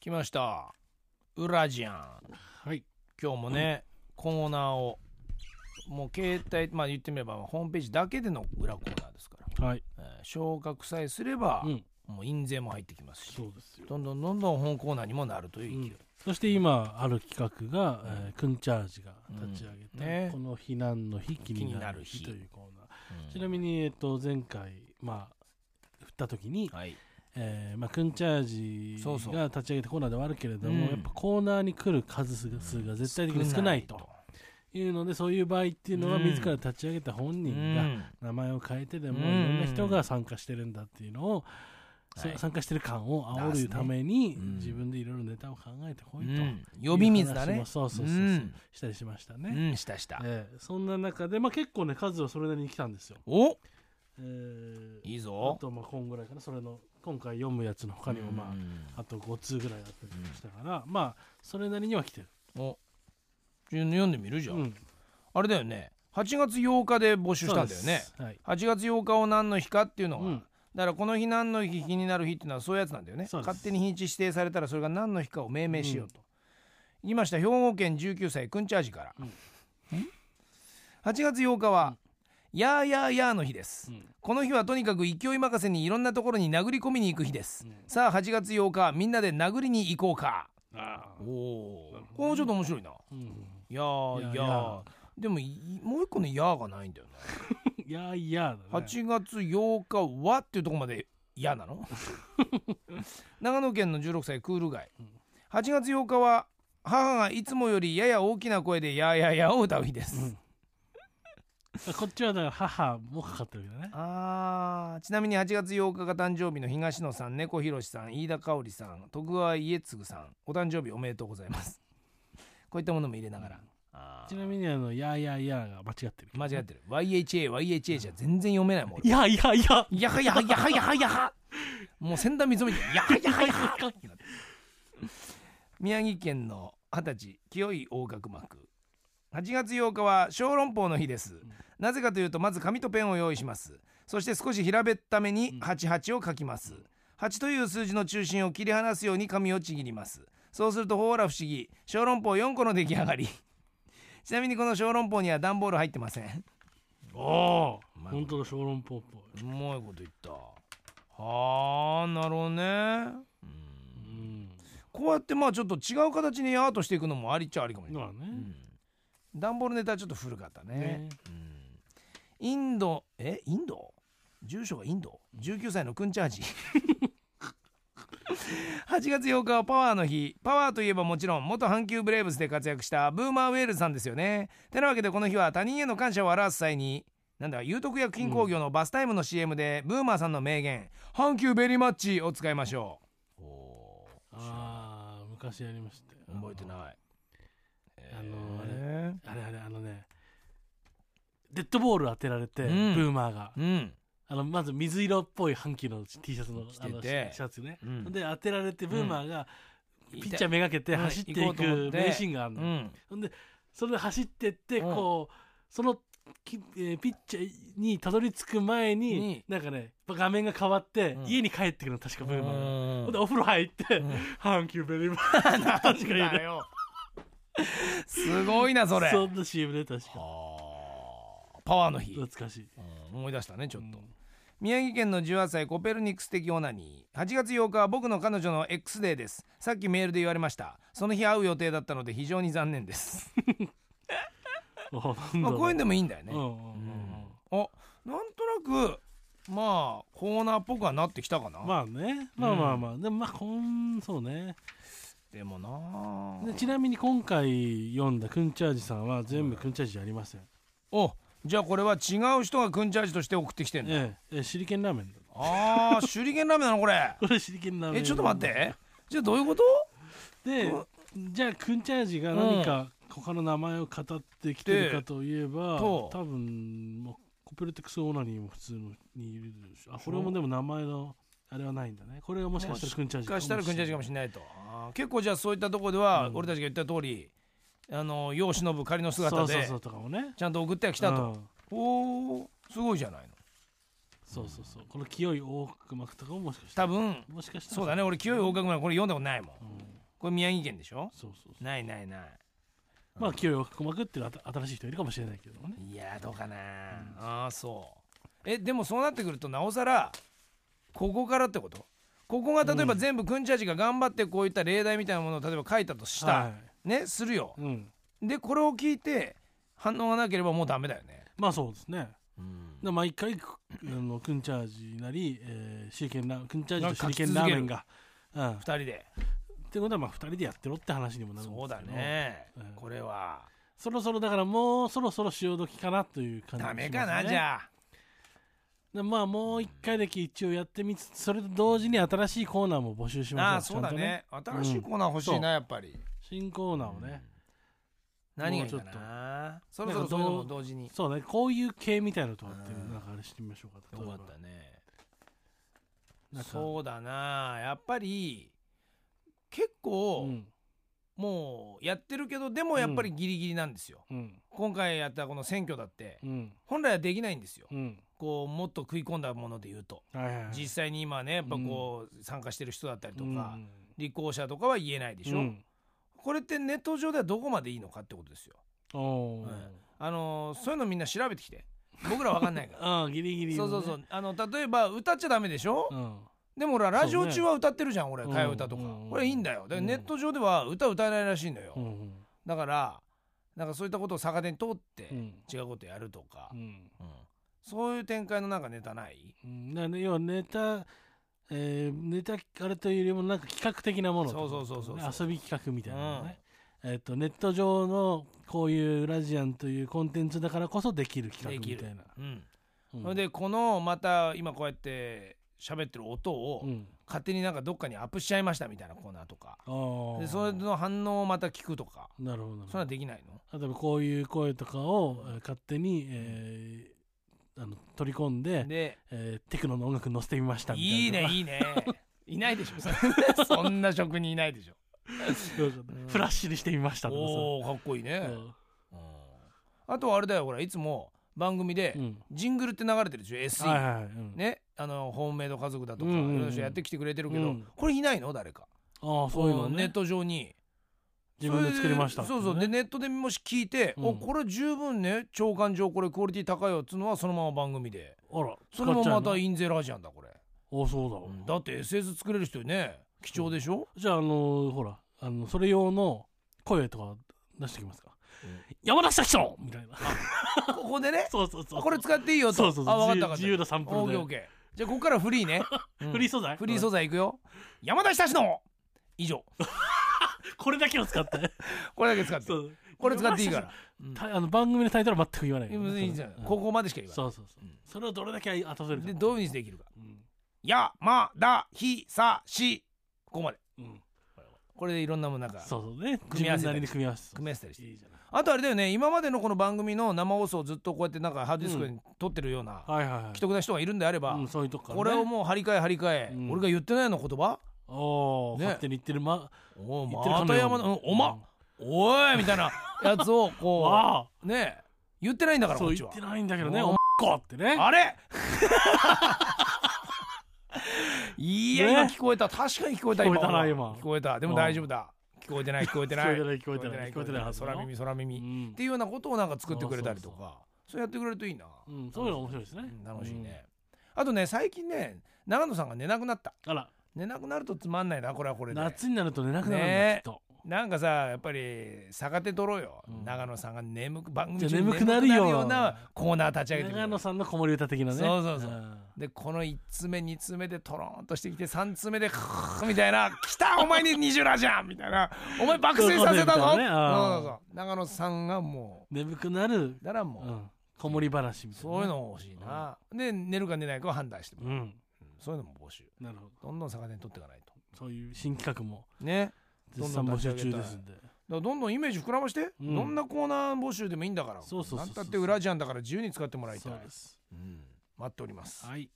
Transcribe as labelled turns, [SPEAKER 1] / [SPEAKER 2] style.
[SPEAKER 1] 来ましたウラジアン
[SPEAKER 2] はい。
[SPEAKER 1] 今日もね、コーナーをもう携帯まあ言ってみればホームページだけでの裏コーナーですから、
[SPEAKER 2] はい。
[SPEAKER 1] えー昇格さえすれば、
[SPEAKER 2] うん。
[SPEAKER 1] もう印税も入ってきますし
[SPEAKER 2] そうですよ。
[SPEAKER 1] どんどんどんどん本コーナーにもなるというう勢い
[SPEAKER 2] ん、そして今ある企画が、えーくんチャージが立ち上げ
[SPEAKER 1] うん
[SPEAKER 2] た、
[SPEAKER 1] ね
[SPEAKER 2] この避難の日気になる
[SPEAKER 1] 気に
[SPEAKER 2] 日と
[SPEAKER 1] なる日
[SPEAKER 2] いうコーナー、
[SPEAKER 1] うん
[SPEAKER 2] ちなみに、えっと、前回まあ振った時に、
[SPEAKER 1] はい
[SPEAKER 2] えーまあ、くんチャージ
[SPEAKER 1] そうそう
[SPEAKER 2] が立ち上げたコーナーではあるけれども
[SPEAKER 1] うん
[SPEAKER 2] やっぱコーナーに来る数数が数が絶対的に少ないというのでそういう場合っていうのは
[SPEAKER 1] うん
[SPEAKER 2] 自ら立ち上げた本
[SPEAKER 1] う
[SPEAKER 2] 人が、
[SPEAKER 1] ん
[SPEAKER 2] 名前を変えてでも
[SPEAKER 1] うん
[SPEAKER 2] いろんな人が参加してるんだっていうのを、そ
[SPEAKER 1] はい
[SPEAKER 2] 参加してる感を煽るために、
[SPEAKER 1] 出すねうん
[SPEAKER 2] 自分でいろいろネタを考えてこ
[SPEAKER 1] う
[SPEAKER 2] いと、
[SPEAKER 1] ん呼び水だ
[SPEAKER 2] いう話
[SPEAKER 1] ね
[SPEAKER 2] もそうそうそうそうんしたりしました
[SPEAKER 1] う
[SPEAKER 2] ね、
[SPEAKER 1] んしたした
[SPEAKER 2] ええそんな中で、まあ、結構ね数はそれなりに来たんですよ、
[SPEAKER 1] お
[SPEAKER 2] ええ
[SPEAKER 1] いい
[SPEAKER 2] あ
[SPEAKER 1] ぞ
[SPEAKER 2] とまあこんぐらいかなそれの今回読むやつの他にもまあ、
[SPEAKER 1] うん
[SPEAKER 2] あと5通ぐらいあったりしたから、まあそれなりには来てる、
[SPEAKER 1] おちょ読んでみるじゃん、
[SPEAKER 2] うん
[SPEAKER 1] あれだよね8月8日で募集したんだよね
[SPEAKER 2] そうですはい
[SPEAKER 1] 8月8日を何の日かっていうのが、
[SPEAKER 2] うん
[SPEAKER 1] だからこの日何の日気になる日っていうのはそういうやつなんだよね
[SPEAKER 2] そうです
[SPEAKER 1] 勝手に日にち指定されたらそれが何の日かを命名しようと、言いました兵庫県19歳くんチャージから、
[SPEAKER 2] うん
[SPEAKER 1] ん8月8日は、やーやーやーの日です、
[SPEAKER 2] うん
[SPEAKER 1] この日はとにかく勢い任せにいろんなところに殴り込みに行く日です、
[SPEAKER 2] うん
[SPEAKER 1] さあ8月8日みんなで殴りに行こうか
[SPEAKER 2] ああ
[SPEAKER 1] おおこれちょっと面白いな
[SPEAKER 2] うん
[SPEAKER 1] やーやー
[SPEAKER 2] いやいや
[SPEAKER 1] でもいもう一個の「やー」がないんだよね
[SPEAKER 2] いやいやだね
[SPEAKER 1] 8月8日はっていうとこまで嫌な の長野県の16歳クール街
[SPEAKER 2] うん
[SPEAKER 1] 8月8日は母がいつもよりやや大きな声で「やーやーやー」を歌う日です、
[SPEAKER 2] うん こっちはだから母もかかってるけどね
[SPEAKER 1] あーちなみに8月8日が誕生日の東野さん猫ひろしさん飯田香織さん徳川家継さんお誕生日おめでとうございますこういったものも入れながら、あー
[SPEAKER 2] ちなみにあの「いやいやいや」が間違ってる
[SPEAKER 1] 間違ってる YHAYHA じゃ全然読めないもん俺
[SPEAKER 2] いやいやいや
[SPEAKER 1] やはやはやはやはやはもう先端見つめてやはやはやは宮城県の二十歳清い横隔膜8月8日は小籠包の日です、なぜかというとまず紙とペンを用意しますそして少し平べっために88を書きます、8という数字の中心を切り離すように紙をちぎりますそうするとほら不思議小籠包4個の出来上がりちなみにこの小籠包には段ボール入ってません
[SPEAKER 2] おお
[SPEAKER 1] まあ
[SPEAKER 2] 本当の小籠包っぽいう
[SPEAKER 1] まいこと言ったはあなるほどね
[SPEAKER 2] うん
[SPEAKER 1] こうやってまあちょっと違う形にアートしていくのもありっちゃありかもしれない、
[SPEAKER 2] まあ
[SPEAKER 1] う
[SPEAKER 2] ね
[SPEAKER 1] ん、段ボールネタはちょっと古かったね
[SPEAKER 2] ね
[SPEAKER 1] うん、インドえインド住所がインド19歳のくんチャー ジ8月8日はパワーの日パワーといえばもちろん元阪急ブレーブスで活躍したブーマーウェールズさんですよねてなわけでこの日は他人への感謝を表す際になんだ有徳薬品工業のバスタイムの CM で、ブーマーさんの名言「阪急ベリーマッチ」を使いましょうお
[SPEAKER 2] ああ昔やりましたよ
[SPEAKER 1] 覚えてない
[SPEAKER 2] あのあれ
[SPEAKER 1] え
[SPEAKER 2] あれあれあのねデッドボール当てられて、
[SPEAKER 1] うん
[SPEAKER 2] ブーマーが
[SPEAKER 1] ーうん
[SPEAKER 2] あのまず水色っぽい半旗の T シャツの
[SPEAKER 1] 着
[SPEAKER 2] あ
[SPEAKER 1] て
[SPEAKER 2] のシ
[SPEAKER 1] て
[SPEAKER 2] ャツね、
[SPEAKER 1] うん
[SPEAKER 2] で当てられてブーマーがピッチャーめがけ
[SPEAKER 1] う
[SPEAKER 2] て
[SPEAKER 1] ん
[SPEAKER 2] 走って
[SPEAKER 1] 行こ
[SPEAKER 2] いうく
[SPEAKER 1] と思って
[SPEAKER 2] 名シーンがあるの、
[SPEAKER 1] うん
[SPEAKER 2] ほんでそれで走ってって
[SPEAKER 1] うん
[SPEAKER 2] こう、そのき、えーピッチャーにたどり着く前に
[SPEAKER 1] に
[SPEAKER 2] なんかね画面が変わって、
[SPEAKER 1] うん
[SPEAKER 2] 家に帰ってくるの確かブーマーが。
[SPEAKER 1] う
[SPEAKER 2] ほ
[SPEAKER 1] ん
[SPEAKER 2] んでお風呂入って
[SPEAKER 1] うん
[SPEAKER 2] 「阪急ベリーマー」確かに
[SPEAKER 1] だ
[SPEAKER 2] ね
[SPEAKER 1] よ。すごいなそれ。
[SPEAKER 2] そんな CM で確か
[SPEAKER 1] はあパワーの日、
[SPEAKER 2] 懐かしい
[SPEAKER 1] うん思い出したねちょっと、
[SPEAKER 2] うん
[SPEAKER 1] 宮城県の18歳コペルニクス的オナニー8月8日は僕の彼女の X デーですさっきメールで言われましたその日会う予定だったので非常に残念です、
[SPEAKER 2] あなんだ
[SPEAKER 1] まあ、
[SPEAKER 2] ろ
[SPEAKER 1] こういうのでもいいんだよね、
[SPEAKER 2] うんうんうんうん
[SPEAKER 1] あなんとなくまあコーナーっぽくはなってきたかな、
[SPEAKER 2] まあねまあまあまあでもまあこんそうね
[SPEAKER 1] でもなあ
[SPEAKER 2] でちなみに今回読んだくんチャージさんは全部くんチャージじゃありません
[SPEAKER 1] おじゃあこれは違う人がくんチャージとして送ってきてんの、
[SPEAKER 2] ええええ手裏剣ラーメンだ
[SPEAKER 1] あー手裏剣ラーメンなのこれ
[SPEAKER 2] これ手裏剣ラーメン
[SPEAKER 1] えちょっと待ってじゃあどういうこと
[SPEAKER 2] でじゃあくんチャージが何か他の名前を語ってきてるかといえば、
[SPEAKER 1] でと
[SPEAKER 2] 多分、まあ、コペルテクスオーナニーも普通のにいるでしょあこれもでも名前のあれはないんだねこれがもしかしたらくんチャージ
[SPEAKER 1] かしたらくんちゃじかもし
[SPEAKER 2] れ
[SPEAKER 1] れないとあー結構じゃあそういったところでは、
[SPEAKER 2] うん
[SPEAKER 1] 俺たちが言った通りあの世を忍ぶ仮の姿
[SPEAKER 2] そうそう
[SPEAKER 1] で
[SPEAKER 2] そうとかもね
[SPEAKER 1] ちゃんと送ってはきた
[SPEAKER 2] う
[SPEAKER 1] と、
[SPEAKER 2] ん
[SPEAKER 1] おおーすごいじゃないの
[SPEAKER 2] そうそうそうこの清い大幕とかももしかした
[SPEAKER 1] 多
[SPEAKER 2] ら
[SPEAKER 1] 分
[SPEAKER 2] もしかしたら
[SPEAKER 1] そうだね俺清い
[SPEAKER 2] 大
[SPEAKER 1] 合格までこれ読んだことないもん、
[SPEAKER 2] うん
[SPEAKER 1] これ宮城県でしょ
[SPEAKER 2] そうそうそ
[SPEAKER 1] ないないな
[SPEAKER 2] うまあ清いくまくってるあた新しい人いるかもしれないけどもね
[SPEAKER 1] いいやーどうかな、ああそうえでもそうなってくるとなおさらここからってことここが例えば全部くんちゃちが頑張ってこういった例題みたいなものを例えば書いたとした、
[SPEAKER 2] は
[SPEAKER 1] ねするよ
[SPEAKER 2] い、うん
[SPEAKER 1] でこれを聞いて反応がなければもうダメだよね、
[SPEAKER 2] まあそうですねで毎回くあのくんチャージなり、えー、シーケンラーくんチャージと手裏剣ラーメンが、うん、っ
[SPEAKER 1] 二人で
[SPEAKER 2] てことはまあ二人でやってろって話にもなるんですけど
[SPEAKER 1] そうだね、
[SPEAKER 2] うん
[SPEAKER 1] これは
[SPEAKER 2] そろそろだからもうそろそろ潮時かなという感
[SPEAKER 1] ダ
[SPEAKER 2] じがします
[SPEAKER 1] メ
[SPEAKER 2] ね
[SPEAKER 1] かな、じゃあ
[SPEAKER 2] でまあもう一回だけ一応やってみつつそれと同時に新しいコーナーも募集しましょう
[SPEAKER 1] ああそうだね新しいコーナー欲しいな、やっぱり
[SPEAKER 2] 新コーナーをね、
[SPEAKER 1] 何がいい
[SPEAKER 2] も
[SPEAKER 1] か
[SPEAKER 2] うちょっと
[SPEAKER 1] なそろそろそういうのも同時に
[SPEAKER 2] そうねこういう系みたいなとはって
[SPEAKER 1] うん
[SPEAKER 2] なんかあれしてみましょうか
[SPEAKER 1] よ
[SPEAKER 2] 例え
[SPEAKER 1] か
[SPEAKER 2] ば
[SPEAKER 1] ったね
[SPEAKER 2] なんか
[SPEAKER 1] そうだなやっぱり結
[SPEAKER 2] う
[SPEAKER 1] 構、
[SPEAKER 2] ん
[SPEAKER 1] もうやってるけどでもやっぱりギリギリなんですよ、
[SPEAKER 2] うん
[SPEAKER 1] 今回やったこの選挙だって
[SPEAKER 2] うん
[SPEAKER 1] 本来はできないんですよ
[SPEAKER 2] うん
[SPEAKER 1] こうもっと食い込んだもので言うと
[SPEAKER 2] はいはいはい
[SPEAKER 1] 実際に今ねやっぱこう参加してる人だったりとか
[SPEAKER 2] うん
[SPEAKER 1] 立候補者とかは言えないでし
[SPEAKER 2] う
[SPEAKER 1] ょ
[SPEAKER 2] ん
[SPEAKER 1] これってネット上ではどこまでいいのかってことですよ
[SPEAKER 2] おー
[SPEAKER 1] はいあのーそういうのみんな調べてきて僕らわかん ないから
[SPEAKER 2] ああギリギリ、ね、
[SPEAKER 1] そうそうそうあの例えば歌っちゃダメでしょ
[SPEAKER 2] うん
[SPEAKER 1] でも俺はラジオ中は歌ってるじゃん俺
[SPEAKER 2] うん
[SPEAKER 1] 替え歌とか
[SPEAKER 2] うん
[SPEAKER 1] これいいんだよだから
[SPEAKER 2] うん
[SPEAKER 1] ネット上では歌歌えないらしいんだよ
[SPEAKER 2] うんうん
[SPEAKER 1] だからなんかそういったことを逆手に通って
[SPEAKER 2] うん
[SPEAKER 1] 違うことやるとか
[SPEAKER 2] う、ん
[SPEAKER 1] うんそういう展開のなんかネタない
[SPEAKER 2] うんだからね要はネタえー、ネタあれというよりもなんか企画的なもの
[SPEAKER 1] そうそうそうそう
[SPEAKER 2] 遊び企画みたいなのね、えっ、とネット上のこういうラジアンというコンテンツだからこそできる企画みたいな、
[SPEAKER 1] うん
[SPEAKER 2] うん
[SPEAKER 1] それでこのまた今こうやって喋ってる音
[SPEAKER 2] う
[SPEAKER 1] を
[SPEAKER 2] ん
[SPEAKER 1] 勝手になんかどっかにアップしちゃいましたみたいなコーナーとか
[SPEAKER 2] あー
[SPEAKER 1] でそれの反応をまた聞くとか
[SPEAKER 2] なるほどな
[SPEAKER 1] そん
[SPEAKER 2] るほ
[SPEAKER 1] なん
[SPEAKER 2] ど
[SPEAKER 1] できないの
[SPEAKER 2] 例えばこういう声とかを、えー勝手に、えーあの取り込んで
[SPEAKER 1] で
[SPEAKER 2] えーテクノの音楽に乗せてみましたみたいな
[SPEAKER 1] いね
[SPEAKER 2] い
[SPEAKER 1] いいねいないでしょそれそんな職人いないでしょ
[SPEAKER 2] そうそうフラッシュにしてみましたとかさ
[SPEAKER 1] おおかっこいいね
[SPEAKER 2] うん
[SPEAKER 1] うんあとはあれだよほらいつも番組で
[SPEAKER 2] うん
[SPEAKER 1] ジングルって流れてるでしょ SE
[SPEAKER 2] はいはい、うん、
[SPEAKER 1] ね、あのホームメイド家族だとか、
[SPEAKER 2] う
[SPEAKER 1] い
[SPEAKER 2] んうんうん
[SPEAKER 1] ろんな人やってきてくれてるけど、
[SPEAKER 2] うん
[SPEAKER 1] これいないの誰か
[SPEAKER 2] ああそういうの
[SPEAKER 1] こ
[SPEAKER 2] ね
[SPEAKER 1] ネット上に
[SPEAKER 2] 自分で作りましたって
[SPEAKER 1] そ
[SPEAKER 2] ね、
[SPEAKER 1] れでそうそうでネットでもし聞いて、
[SPEAKER 2] うん
[SPEAKER 1] おこれ十分ね長官上これクオリティ高いよっつうのはそのまま番組で
[SPEAKER 2] あら
[SPEAKER 1] それも
[SPEAKER 2] 使
[SPEAKER 1] ま
[SPEAKER 2] っちゃ
[SPEAKER 1] た
[SPEAKER 2] うの
[SPEAKER 1] インゼラジアンだこれ、
[SPEAKER 2] あそうだわ、
[SPEAKER 1] うんだって SS 作れる人ね貴重でしょ、
[SPEAKER 2] じゃああのーほらあのそれ用の声とか出してきますか、山田久志みたいな
[SPEAKER 1] ここでね
[SPEAKER 2] そうそうそう
[SPEAKER 1] これ使っていいよと
[SPEAKER 2] そうそうそう
[SPEAKER 1] あ分かった分かった
[SPEAKER 2] 自由自由なサンプル
[SPEAKER 1] オーケ
[SPEAKER 2] で
[SPEAKER 1] ーオーケーじゃあここからフリ ーね、うん
[SPEAKER 2] フリー素材
[SPEAKER 1] フリー素材いくよ山田久志の以上
[SPEAKER 2] これだけを使って
[SPEAKER 1] これだけ使って
[SPEAKER 2] そう
[SPEAKER 1] これ使っていいから、
[SPEAKER 2] た あの番組のタイトルは全く言わないよね、
[SPEAKER 1] 別にいいじゃん
[SPEAKER 2] それうん
[SPEAKER 1] ここまでしか言わない
[SPEAKER 2] そうそうそう、それをどれだけ当たせるか
[SPEAKER 1] でどういうふうにできるか
[SPEAKER 2] うん
[SPEAKER 1] 「やまだひさし」ここまで
[SPEAKER 2] うん
[SPEAKER 1] これでいろんなものなんか
[SPEAKER 2] そうそうね
[SPEAKER 1] 組
[SPEAKER 2] 自
[SPEAKER 1] み合わ
[SPEAKER 2] 分
[SPEAKER 1] せた
[SPEAKER 2] な
[SPEAKER 1] り
[SPEAKER 2] りに組み合わせ
[SPEAKER 1] 組み合わせたりして
[SPEAKER 2] いいじゃない
[SPEAKER 1] あとあれだよね今までのこの番組の生放送をずっとこうやってなんかハードディスクに撮ってるような
[SPEAKER 2] はいはいはい
[SPEAKER 1] 既得な人がいるんであれば、
[SPEAKER 2] うん、そういうとこから、ね、
[SPEAKER 1] これをもう張り替え張り替え、
[SPEAKER 2] うん
[SPEAKER 1] 俺が言ってないの言葉
[SPEAKER 2] おー
[SPEAKER 1] ね
[SPEAKER 2] 勝手に言ってるま
[SPEAKER 1] おお
[SPEAKER 2] 言ってるか
[SPEAKER 1] ま
[SPEAKER 2] の
[SPEAKER 1] た
[SPEAKER 2] ように
[SPEAKER 1] 山田、うんおま、おいみた いなやつをこ
[SPEAKER 2] わ
[SPEAKER 1] うね言ってないんだか
[SPEAKER 2] あ
[SPEAKER 1] ら
[SPEAKER 2] そ
[SPEAKER 1] こ
[SPEAKER 2] う
[SPEAKER 1] っち
[SPEAKER 2] 言っ
[SPEAKER 1] は
[SPEAKER 2] てないんだけどね
[SPEAKER 1] うん
[SPEAKER 2] おまっこってね
[SPEAKER 1] あれ いや、今
[SPEAKER 2] ね
[SPEAKER 1] 聞こえた確かに聞こえた
[SPEAKER 2] 聞こえたな
[SPEAKER 1] 俺
[SPEAKER 2] 今
[SPEAKER 1] 聞こえたでも大丈夫だ聞こえてない聞こえてない
[SPEAKER 2] 聞こえてない聞こえてない
[SPEAKER 1] 聞こえてない
[SPEAKER 2] 聞こえてないはずだな
[SPEAKER 1] 空耳空耳、
[SPEAKER 2] う
[SPEAKER 1] っ
[SPEAKER 2] ん
[SPEAKER 1] ていうようなことをなんか作ってくれたりと
[SPEAKER 2] そ
[SPEAKER 1] かそうやってくれるといいな、
[SPEAKER 2] うんそういうの面白いですね
[SPEAKER 1] うん楽しいね、あとね最近ね長野さんが寝なくなった
[SPEAKER 2] あら
[SPEAKER 1] 寝なくなるとつまんないなこれはこれで
[SPEAKER 2] 夏になると寝なくなるんだ
[SPEAKER 1] ね
[SPEAKER 2] きっと
[SPEAKER 1] なんかさやっぱり逆手取ろうよ、
[SPEAKER 2] うん
[SPEAKER 1] 長野さんが眠く番組中
[SPEAKER 2] じゃあ
[SPEAKER 1] に
[SPEAKER 2] 眠くなるよ
[SPEAKER 1] うなコーナー立ち上げてくれ
[SPEAKER 2] 長野さんの子守歌的なね
[SPEAKER 1] そうそうそうんでこの1つ目2つ目でトローンとしてきて3つ目でクーみたいな「来たお前に20ラじゃん!」みたいな「お前爆睡させたぞ!」
[SPEAKER 2] そ
[SPEAKER 1] そうう
[SPEAKER 2] いうことね
[SPEAKER 1] そうそう長野さんがも
[SPEAKER 2] 眠くなる
[SPEAKER 1] うだから
[SPEAKER 2] う
[SPEAKER 1] もう、
[SPEAKER 2] ん子守話みたいなね
[SPEAKER 1] そういうの欲しいな、で寝るか寝ないかを判断してもらう、
[SPEAKER 2] うん
[SPEAKER 1] うんそういうのも募集
[SPEAKER 2] なるほど
[SPEAKER 1] どんどん逆手に取っていかないと
[SPEAKER 2] そういう新企画も
[SPEAKER 1] ね
[SPEAKER 2] 絶賛募集中ですんで
[SPEAKER 1] だからどんどんイメージ膨らまして、
[SPEAKER 2] うん
[SPEAKER 1] どんなコーナー募集でもいいんだから
[SPEAKER 2] そうそうそうそう
[SPEAKER 1] なんたって裏ジャンだから自由に使ってもらいたい
[SPEAKER 2] そうです
[SPEAKER 1] うん待っております
[SPEAKER 2] はい